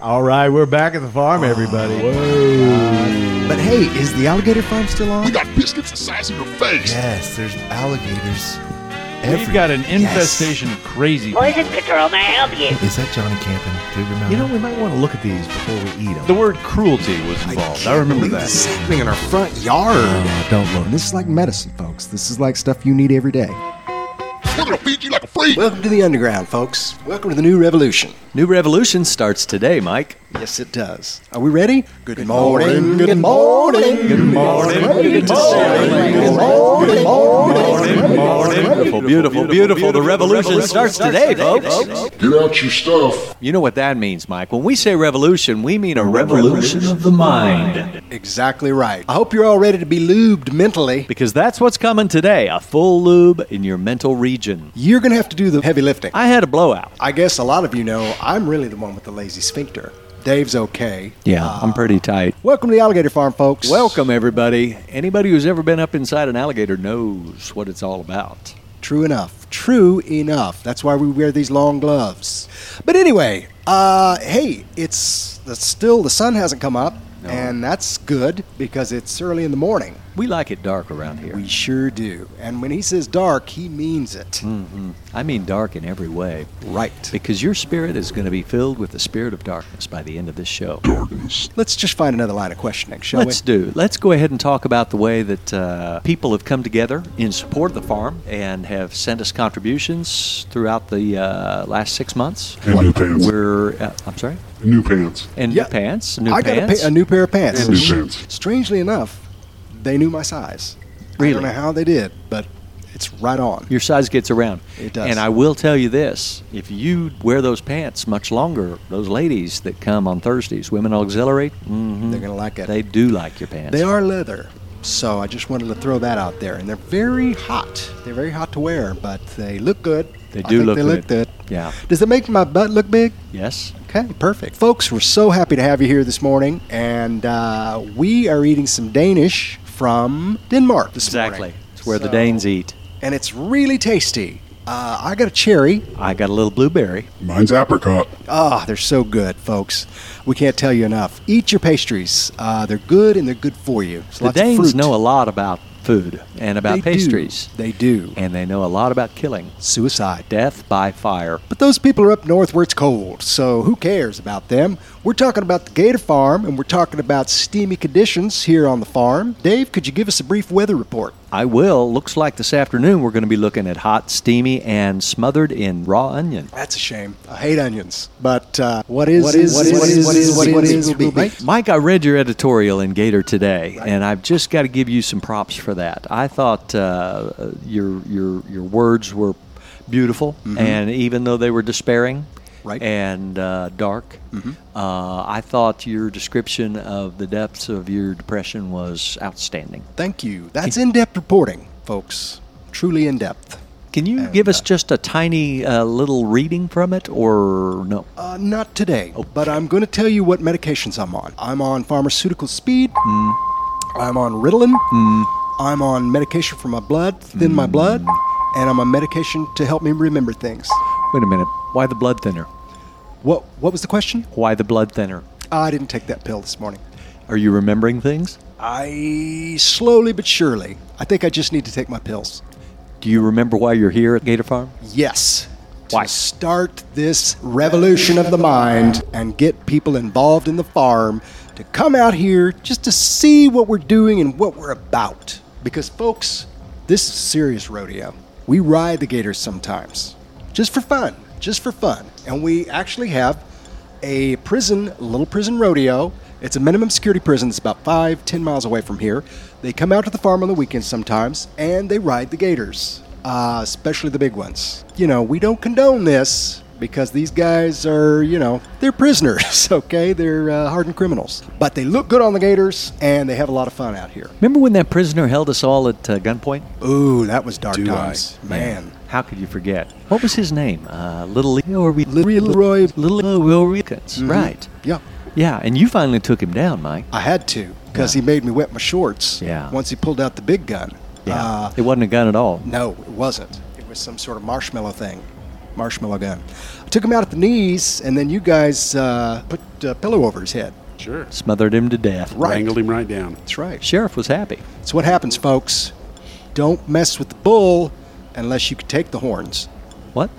All right, we're back at the farm, everybody. Oh, But hey, is the alligator farm still on? We got biscuits the size of your face. Yes, there's alligators. We've got an infestation of crazy. people. Poison Patrol may help you. Is that Johnny Camping? Do you remember? You know, we might want to look at these before we eat them. The word cruelty was involved. I, remember that. This is happening in our front yard. don't look. Oh, This is like medicine, folks. This is like stuff you need every day. We're gonna feed you like a freak. Welcome to the underground, folks. Welcome to the new revolution. New revolution starts today, Mike. Yes, it does. Are we ready? Good, morning. Good morning. Good morning. Good morning. Good morning. Oh, Beautiful, beautiful, beautiful. The revolution starts today, folks. Get out your stuff. You know what that means, Mike. When we say revolution, we mean a revolution of the mind. Exactly right. I hope you're all ready to be lubed mentally. Because that's what's coming today a full lube in your mental region. You're going to have to do the heavy lifting. I had a blowout. I guess a lot of you know I'm really the one with the lazy sphincter. Dave's okay. Yeah, I'm pretty tight. Welcome to the alligator farm, folks. Welcome, everybody. Anybody who's ever been up inside an alligator knows what it's all about. True enough. True enough. That's why we wear these long gloves. But anyway, uh, hey, it's the, still the sun hasn't come up, and that's good because it's early in the morning. We like it dark around here. We sure do. And when he says dark, he means it. Hmm. I mean, dark in every way. Right. Because your spirit is going to be filled with the spirit of darkness by the end of this show. Let's just find another line of questioning, shall Let's we? do. Let's go ahead and talk about the way that uh, people have come together in support of the farm and have sent us contributions throughout the uh, last six months. And new pants. We're, uh, I'm sorry, New pants. and Yeah. new pants, new I got a, pants. pa- a new pair of pants. New pants. Strangely enough, they knew my size. I Really? don't know how they did, but it's right on. your size gets around. It does. And I will tell you this: if you wear those pants much longer, those ladies that come on Thursdays, women auxiliary, mhm, They're going to like it. they do like your pants. They are leather, so I just wanted to throw that out there. And they're very hot. They're very hot to wear, but they look good. They I do think look they look good. good. Yeah. Does it make my butt look big? Yes. Okay, perfect. Folks, we're so happy to have you here this morning, and uh, we are eating some Danish from Denmark this Exactly. morning. It's where the So- Danes eat. And it's really tasty. Uh, I got a cherry. I got a little blueberry. Mine's apricot. Ah, they're so good, folks. We can't tell you enough. Eat your pastries. Uh, they're good and they're good for you. There's The lots of Danes fruit. know a lot about food and about They do. pastries, They do. and they know a lot about killing, Suicide. death by fire. But those people are up north where it's cold, so who cares about them? We're talking about the Gator Farm, and we're talking about steamy conditions here on the farm. Dave, could you give us a brief weather report? I will. Looks like this afternoon we're going to be looking at hot, steamy, and smothered in raw onion. That's a shame. I hate onions, but uh, what is what is what is- what is- what is- will be right? Mike, I read your editorial in Gator today, and I've just got to give you some props for that. I thought uh, your your your words were beautiful, and even though they were despairing, Right. and uh, dark, uh, I thought your description of the depths of your depression was outstanding. Thank you. That's in-depth reporting, folks. Truly in-depth. Can you give us just a tiny uh, little reading from it, or no? Uh, not today, but I'm going to tell you what medications I'm on. I'm on pharmaceutical speed. I'm on Ritalin. I'm on medication for my blood, thin my blood, and I'm on medication to help me remember things. Wait a minute. Why the blood thinner? What What was the question? Why the blood thinner? I didn't take that pill this morning. Are you remembering things? I slowly but surely. I think I just need to take my pills. Do you remember why you're here at Gator Farm? Yes. Why? To start this revolution of the mind and get people involved in the farm to come out here just to see what we're doing and what we're about. Because, folks, this is serious rodeo. We ride the gators sometimes just for fun, just for fun. And we actually have a prison, a little prison rodeo. It's a minimum security prison. It's about five, ten miles away from here. They come out to the farm on the weekends sometimes, and they ride the gators, uh, especially the big ones. You know, we don't condone this because these guys are, you know, they're prisoners. Okay, they're uh, hardened criminals, but they look good on the gators, and they have a lot of fun out here. Remember when that prisoner held us all at uh, gunpoint? Ooh, that was dark Do I? times, man. How could you forget? What was his name? Uh, Little Leo or we Little Roy- Little Will Rickens. Right. Yeah. Yeah, and you finally took him down, Mike. I had to because he made me wet my shorts. Yeah. Once he pulled out the big gun. Yeah. Uh, it wasn't a gun at all. No, it wasn't. It was some sort of marshmallow thing. marshmallow gun. I took him out at the knees, and then you guys uh, put a pillow over his head. Sure. Smothered him to death. Right. Wrangled him right down. That's right. Sheriff was happy. So what happens, folks? Don't mess with the bull unless you can take the horns. What?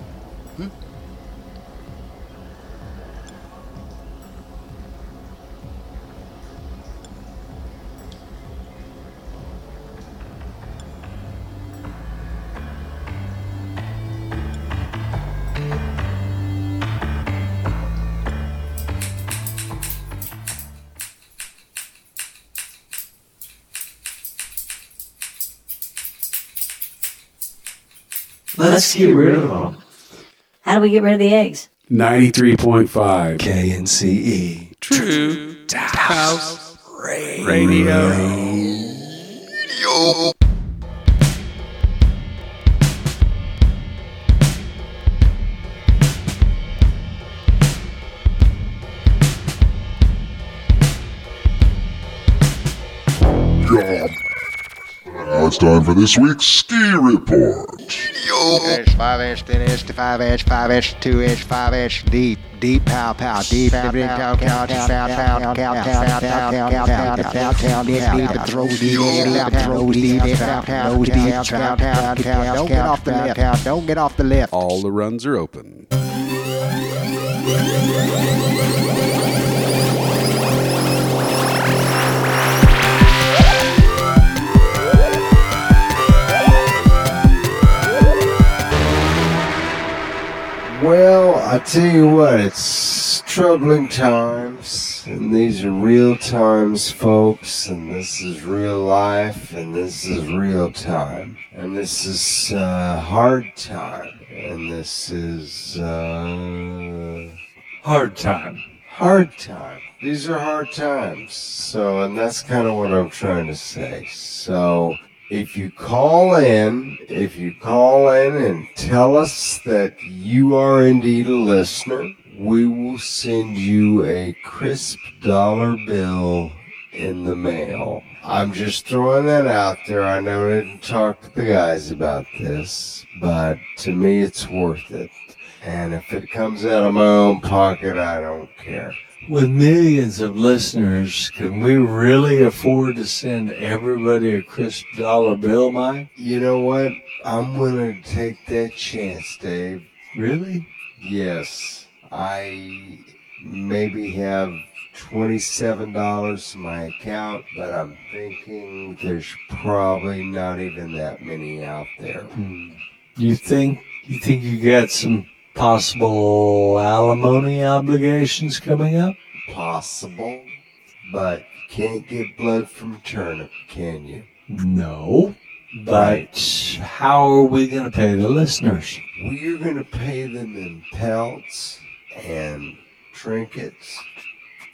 Let's get rid of them. How do we get rid of the eggs? 93.5. KNCE. Yum. Now it's time for this week's ski report. Inch, five inch, ten inch, to five inch, five inch, two inch, five inch, deep, deep, pow, pow, deep, pow, pow, pow, pow, pow, pow, pow, pow, pow, pow, pow, pow, pow, pow, deep, deep, and throw deep, left, throw deep, left, throw deep, trout, trout, trout, don't get off the lift, don't get off the lift. All the runs are open. Well, I tell you what, it's troubling times, and these are real times, folks, and this is real life, and this is real time, and this is uh, hard time, and this is uh, hard time. Hard time. These are hard times. So, and that's kind of what I'm trying to say. So, if you call in, if you call in and tell us that you are indeed a listener, we will send you a crisp dollar bill in the mail. I'm just throwing that out there. I know I didn't talk to the guys about this, but to me, it's worth it. And if it comes out of my own pocket, I don't care. With millions of listeners, can we really afford to send everybody a crisp dollar bill, Mike? You know what? I'm willing to take that chance, Dave. Really? Yes, I maybe have twenty-seven dollars in my account, but I'm thinking there's probably not even that many out there. Hmm. You think you think you got some possible alimony obligations coming up? Possible, but you can't get blood from turnip, can you? No. But how are we going to pay the listeners? We're gonna pay them in pelts and trinkets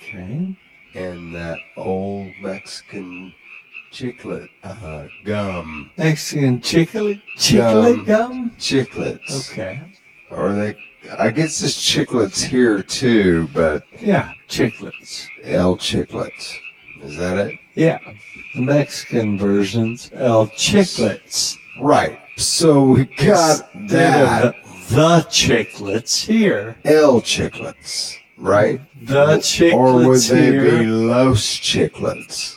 Okay. and that old Mexican chiclet uh, gum. Mexican chicklet, chicklet gum. Chiclets. Okay. Or they, I guess it's chiclets here too, but Yeah, chiclets. L chiclets. Is that it? Yeah, the Mexican versions El chiclets. Right. So we got Instead that of the, the chiclets here. L chiclets, right? The chiclets Or would they here. be Los chiclets?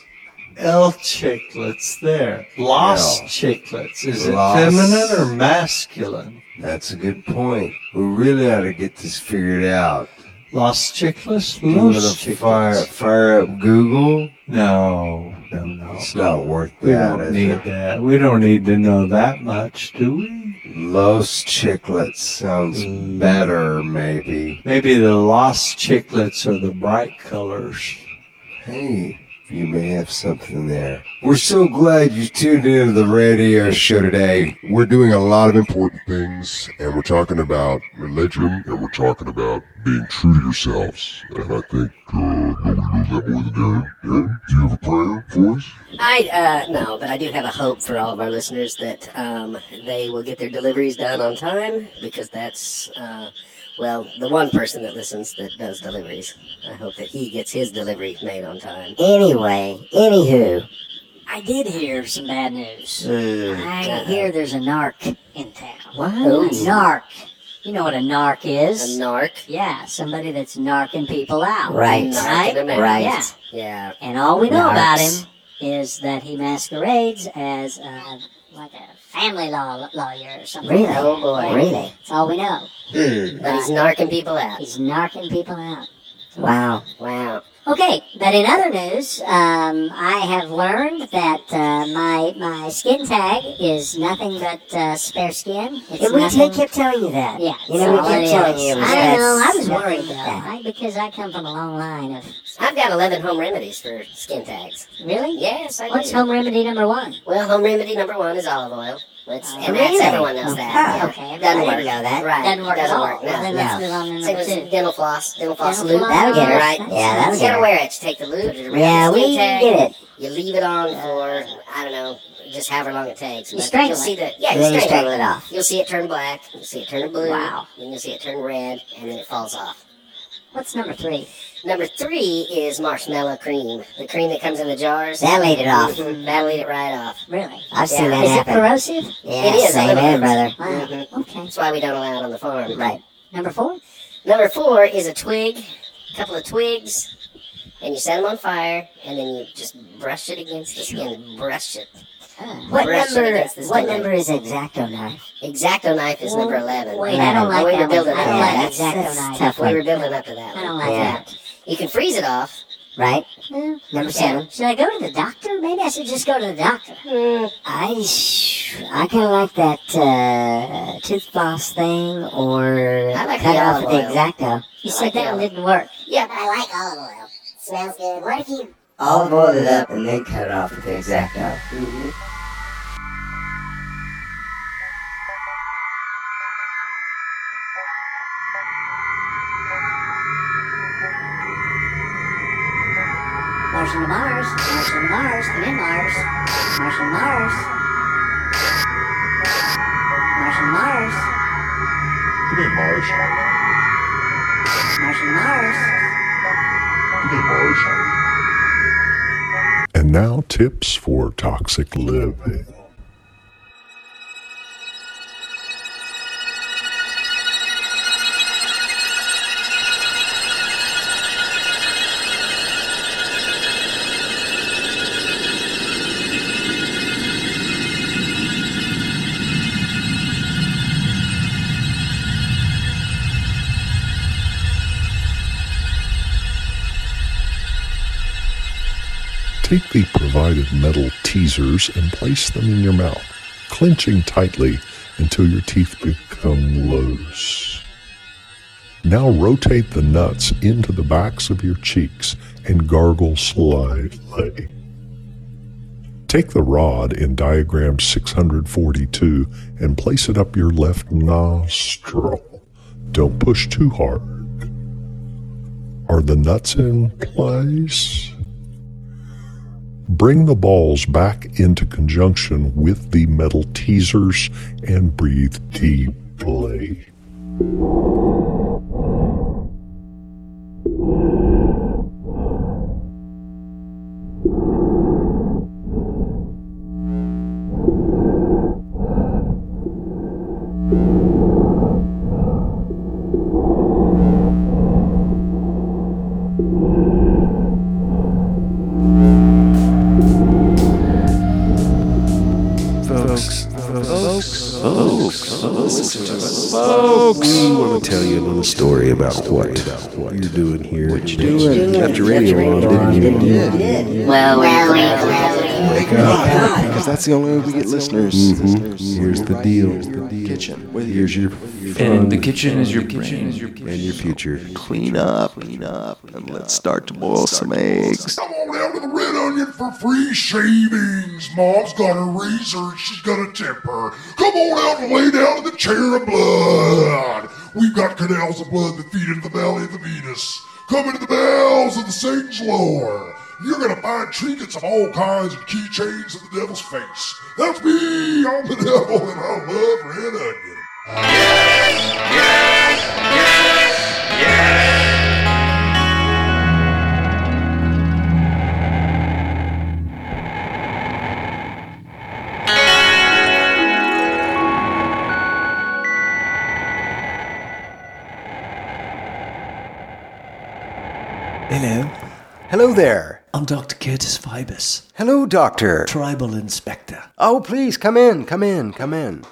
El chiclets there. Los Yeah. chiclets. Is Los. it feminine or masculine? That's a good point. We really ought to get this figured out. Los chiclets? You Los want to fire, chiclets. fire up Google? No, no, no. It's not worth We that, don't is need it? that. We don't need to know that much, do we? Los chiclets sounds Mm. better, maybe. Maybe the lost chiclets are the bright colors. Hey, you may have something there. We're so glad you tuned into the radio show today. We're doing a lot of important things, and we're talking about religion, and we're talking about being true to yourselves. And I think uh, nobody knows that more than Darren. Darren, do you have a prayer for us? I, uh, no, but I do have a hope for all of our listeners that, um, they will get their deliveries done on time because that's, uh, well, the one person that listens that does deliveries. I hope that he gets his delivery made on time. Anyway, anywho. I did hear some bad news. Mm, I God. hear there's a narc in town. What? A narc. You know what a narc is? A narc? Yeah, somebody that's narking people out. Right. Right. Narking 'em out. Yeah. Yeah. And all we know about Narcs. him is that he masquerades as uh, like a family law lawyer or something. Really? Like that. Oh, boy. Really? That's all we know. But he's narking people out. He's narking people out. Wow. Wow. Okay, but in other news, um, I have learned that uh, my my skin tag is nothing but uh, spare skin. It's And we nothing- kept telling you that. Yeah, You know, we it's all kept it telling is. you it was I that. know. I was Nothing worried though, but that. I, because I come from a long line of. I've got 11 home remedies for skin tags. Really? Yes, I What's do. home remedy number one? Well, home remedy number one is olive oil. Let's, Oh, and that's really? everyone knows that. Oh, okay. Doesn't I work. didn't know that. Right. Doesn't work at all. No, Well, then no. let's move on to number Same as two. dental floss. Dental floss Dental loop. floss. That'll get her. Right. Yeah, that'll You get gotta her. wear it. You take the loop. put it around Yeah, the skin we tag. get it. You leave it on for, I don't know, just however long it takes. You But strangle you'll it. See the, yeah, And then you strangle strangle it off. You'll see it turn black. You'll see it turn blue. Wow. Then you'll see it turn red, and then it falls off. What's number three? Number three is marshmallow cream. The cream that comes in the jars. That'll eat it off. Mhm, That'll eat it right off. Really? I've seen that Is happen. it corrosive? It is. a little bit. Wow. Mhm. Okay. That's why we don't allow it on the farm. Right. Number four? Number four is a twig, a couple of twigs, and you set them on fire, and then you just brush it against the skin. Brush it. What Brush it number? against the What skin. number is exacto knife? Exacto knife is number eleven. Wait, I don't Oh, we like were that. building One. up I to don't like that. exacto knife. We were building up to that. I one. don't like Yeah. that. You can freeze it off. Right. Number seven. Hmm. Should I go to the doctor? Maybe I should just go to the doctor. I sh- I kind of like that uh, tooth floss thing, or I like cut it the off with olive the oil. exacto. You I said like that the one olive. didn't work. Yeah. I like olive oil. Smells good. What if you? I'll boil it up and then cut it off with the exacto. Martian to Mars. Martian to Mars. I'm in Mars. Martian to Mars. Martian to Mars. Come in, Mars. Martian to Mars. Come in, Mars. And now, tips for toxic living. Take the provided metal teasers and place them in your mouth, clenching tightly until your teeth become loose. Now rotate the nuts into the backs of your cheeks and gargle slightly. Take the rod in diagram 642 and place it up your left nostril. Don't push too hard. Are the nuts in place? Bring the balls back into conjunction with the metal teasers and breathe deeply. Folks, folks, folks, folks, folks. We want to tell you another story about what you're doing here. What you doing? Got your radio on, didn't you? Oh, Well, well, well, Wake up. Because that's the only way we get listeners. Mm-hmm. Here's the deal. Kitchen. Here's your And the kitchen is your kitchen is your and your future. Clean up, clean up, and let's start to boil some eggs. Come on down to the Red Onion for free shavings. Mom's got her razor and she's got a temper. Come on out and lay down in the chair of blood. We've got canals of blood that feed into the valley of the Venus. Come into the bowels of the Satan's lore. You're gonna find trinkets of all kinds and keychains of the devil's face. That's me. I'm the devil, and I love Red Onion. Hello. Hello there. I'm Dr. Curtis Fibus. Hello, Doctor. Tribal Inspector. Oh, please, come in, come in, come in.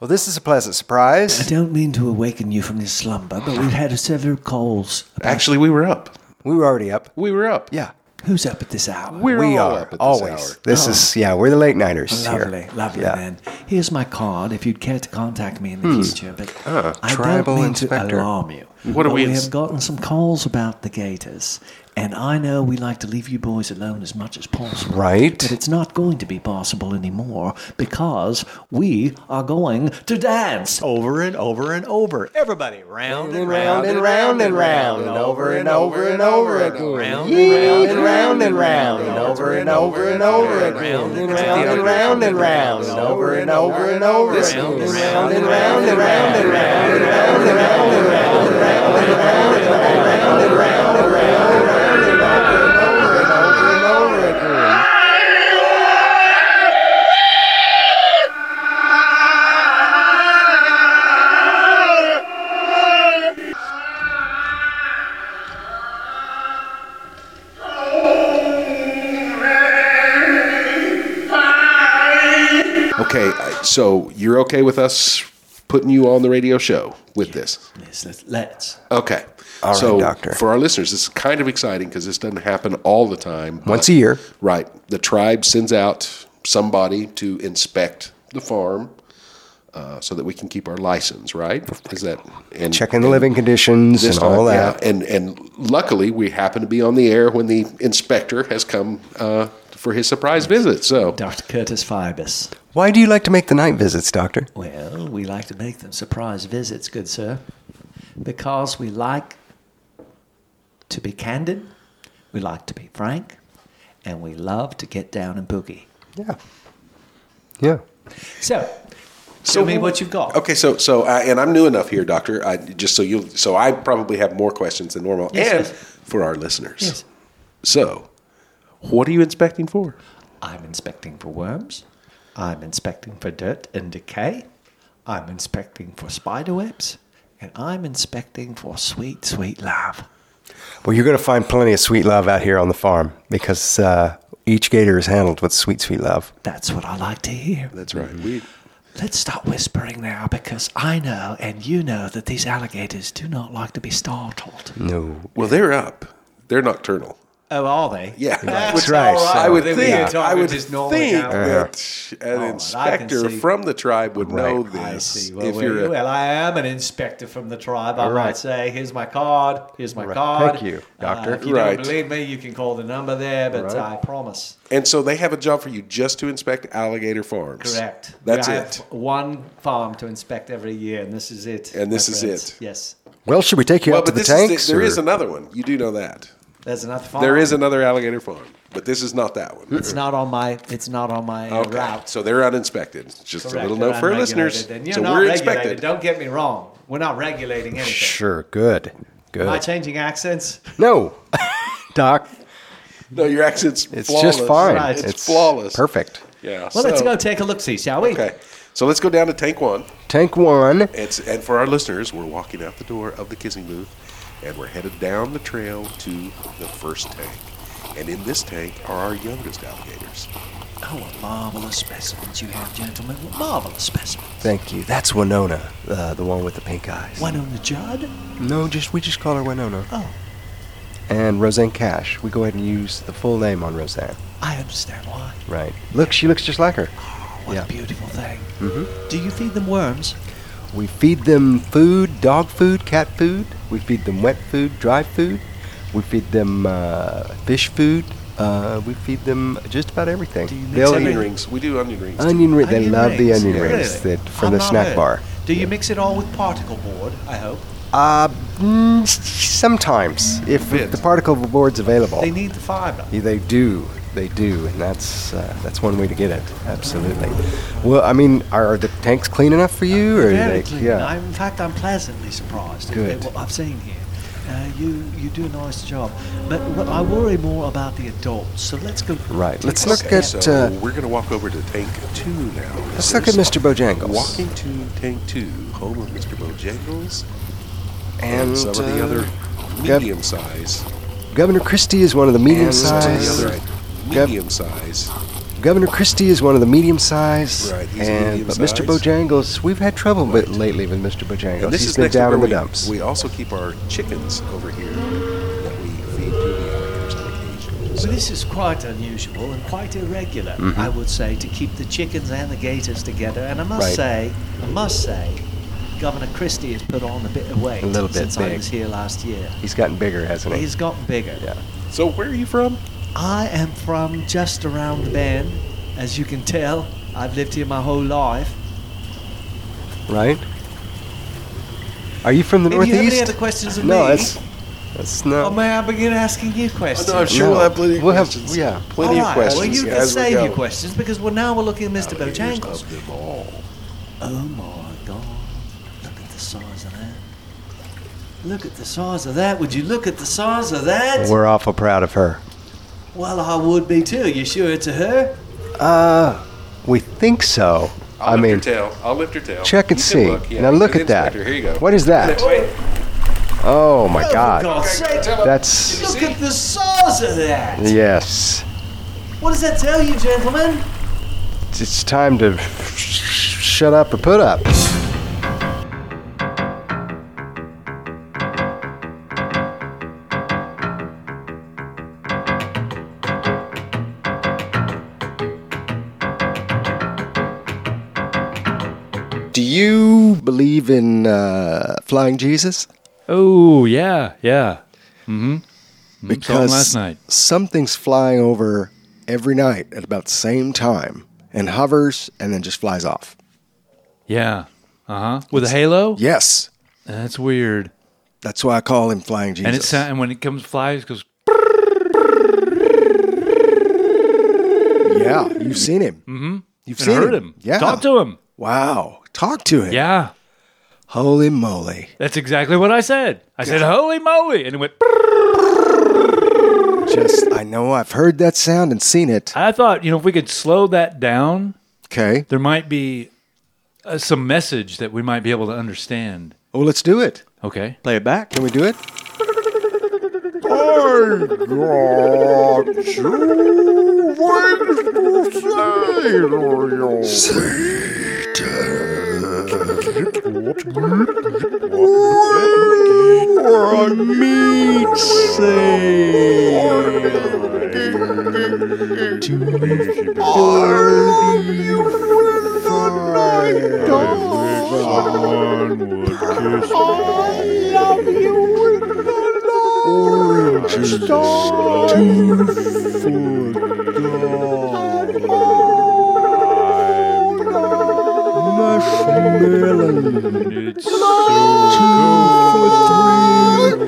Well, this is a pleasant surprise. I don't mean to awaken you from your slumber, but we've had several calls. about- Actually, we were up. We were already up. We were up. Yeah. Who's up at this hour? We're we all are, up at this always. hour. This Oh. is, yeah, we're the late niners Lovely, here. lovely, Yeah. man. Here's my card if you'd care to contact me in the Hmm. future. But Ah, I tribal don't mean inspector. to alarm you. What are but we We ins- have gotten some calls about the Gators, and I know we like to leave you boys alone as much as possible. Right. But it's not going to be possible anymore because we are going to dance over and over and over. Everybody, round and round and round and round and over and over and over again. Round and round and round and over and over and over again. Round and round and round and round and over and over and over again. Round and round and round and round and round and round and round and round and round and round and round and round and round and round and over and over and over again. Okay, I- so you're okay with us putting you on the radio show with this? Yes, let's. let's. Okay. All right, so Doctor. For our listeners, this is kind of exciting because this doesn't happen all the time. but- Once a year. Right. The tribe sends out somebody to inspect the farm uh, so that we can keep our license, right? Is that and Checking the living conditions and this all time, that. yeah. And and luckily we happen to be on the air when the inspector has come uh, for his surprise visit. So Dr. Curtis Fibus. Why do you like to make the night visits, Doctor? Well, we like to make them surprise visits, good sir, because we like to be candid, we like to be frank, and we love to get down and boogie. Yeah. Yeah. So, tell me what you've got. Okay, so so I, and I'm new enough here, Doctor. I, just so you, so I probably have more questions than normal, Yes, and yes. for our listeners. Yes. So, what are you inspecting for? I'm inspecting for worms. I'm inspecting for dirt and decay. I'm inspecting for spider webs. And I'm inspecting for sweet, sweet love. Well, you're going to find plenty of sweet love out here on the farm because uh, each gator is handled with sweet, sweet love. That's what I like to hear. That's right. We Let's stop whispering now because I know and you know that these alligators do not like to be startled. no. Well, they're up. They're nocturnal. Oh, are they? Yeah, That's Which right. so- I would Then think. we can talk I would with think this normal guy. that an Oh, and I can inspector see- from the tribe would know Right, I this. see. Well, if well, you're a- well, I am an inspector from the tribe. I Right. might say, here's my card. Here's my Right. card. Thank you, Uh, doctor. if you Right. don't believe me, you can call the number there, but Right. uh, I promise. and so they have a job for you just to inspect alligator farms. Correct. That's I it. Have one farm to inspect every year, and this is it. And my this is friends. it. Yes. Well, should we take you well, out to but the this is tanks? there is or- another one. You do know that. There's another farm. There is another alligator farm, but this is not that one. It's not on my. It's not on my uh, Okay. route. So they're uninspected. It's Just a Correct. little note They're for our unregulated, listeners. and you're so not we're regulated. inspected. Don't get me wrong. We're not regulating anything. Sure. Good. Am I Good. changing accents? No, Doc. No, your accent's It's flawless. just fine. Right. It's, flawless. Perfect. Yeah. Well, let's so- go take a look see, shall we? Okay. So let's go down to tank one. Tank one. It's and for our listeners, we're walking out the door of the kissing booth, and we're headed down the trail to the first tank. And in this tank are our youngest alligators. Oh, what marvelous specimens you have, gentlemen. What marvelous specimens. Thank you. That's Winona, uh, the one with the pink eyes. Winona Judd? No, just we just call her Winona. Oh. And Roseanne Cash. We go ahead and use the full name on Roseanne. I understand why. Oh, Right. Look, she looks just like her. What a beautiful thing. Mhm. Do you feed them worms? We feed them food, dog food, cat food. We feed them wet food, dry food. We feed them uh, fish food. Uh, we feed them just about everything. Do you It's onion rings. We do onion rings. too. Onion ring. They Onion love the rings? onion Really? rings that, from I'm the not snack hurt. bar. Do you mix it all with particle board, I hope? Uh, mm, s- sometimes, if the particle board's available, They need the fiber. Yeah, they do. They do, and that's uh, that's one way to get it. Absolutely. Well, I mean, are the tanks clean enough for you, or Very they, clean. yeah? I'm, in fact, I'm pleasantly surprised Good. at what I've seen here. Uh, you you do a nice job, but what I worry more about the adults. So let's go. Right. take Let's a look second. at, So uh, we're going to walk over to tank two now. Let's look at Mr. Bojangles. Walking to tank two, home of Mr. Bojangles, and, And, some of the uh, other got- medium size Governor Christie is one of the And to medium-sized. the other medium size. Governor Christie is one of the medium size. Right, he's and but Mr. medium-sized. Bojangles, we've had trouble with lately with Mr. Bojangles. And this He's is been next to down where in the we, dumps. We also keep our chickens over here that we feed to the alligators on occasion. So This is quite unusual and quite irregular, Mhm. I would say, to keep the chickens and the gators together. And I must Right. say, I must say, Governor Christie has put on a bit of weight A little bit since I big. was here last year. He's gotten bigger, hasn't he? He's gotten bigger. Yeah. So where are you from? I am from just around the bend. As you can tell, I've lived here my whole life. right? Are you from the If you have any Northeast? other questions of no, me- that's that's not. Or may I begin asking you questions? I'm sure we'll have plenty of We'll have- questions. yeah, plenty of All right, questions Well, you can as we save go. your questions because we're now we're looking at Mr. Bojangles. Oh my God! Look at the size of that. Look at the size of that. Would you look at the size of that? We're awful proud of her. Well, I would be too. You sure it's a her? Uh, we think so. I mean, lift her tail. I'll lift her tail. Check and You can see. look, yeah. Now look Good at that. inspector. Here you go. What is that? Wait. Oh my God. For God's sake! That's Look at the size of that. yes. What does that tell you, gentlemen? It's time to sh- shut up or put up. Do you believe in uh, flying Jesus? Oh yeah, yeah. Mm-hmm. Saw him because last night. something's flying over every night at about the same time and hovers and then just flies off. Yeah. Uh huh. With a halo. Yes. That's weird. That's why I call him Flying Jesus. And it sound, and when it comes flies, it goes. yeah, you've seen him. Mm-hmm. You've And seen heard him. him. Yeah. Talk to him. Wow. Talk to him. Yeah. Holy moly. That's exactly what I said. I said, "Holy moly!" And it went. Just I know I've heard that sound and seen it. I thought, you know, if we could slow that down, Okay. there might be uh, some message that we might be able to understand. Oh, let's do it. Okay. Play it back. Can we do it?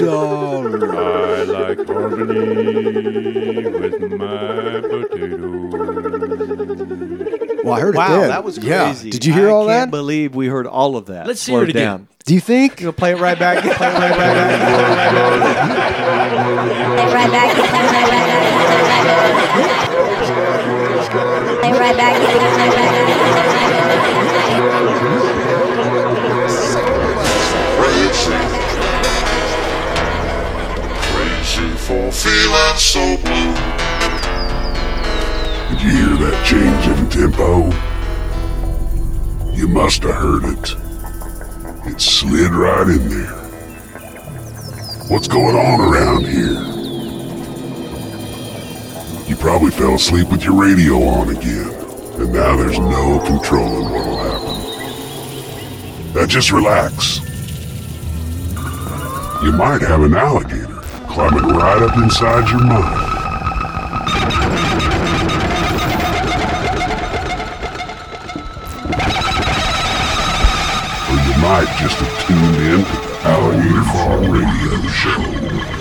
I like harmony with my Well, I heard wow, it then. that was crazy. Yeah. Did you hear I all that? can't believe we heard all of that. Let's hear slowed it again. down. Do you think? You'll play it right back. Play it right back. Crazy for feeling so blue. Did you hear that change in tempo? You must have heard it. It slid right in there. What's going on around here? You probably fell asleep with your radio on again, and now there's no controlling what'll happen. Now just relax. You might have an alligator climbing right up inside your mind. Or you might just have tuned in to the Alligator Farm Radio Show.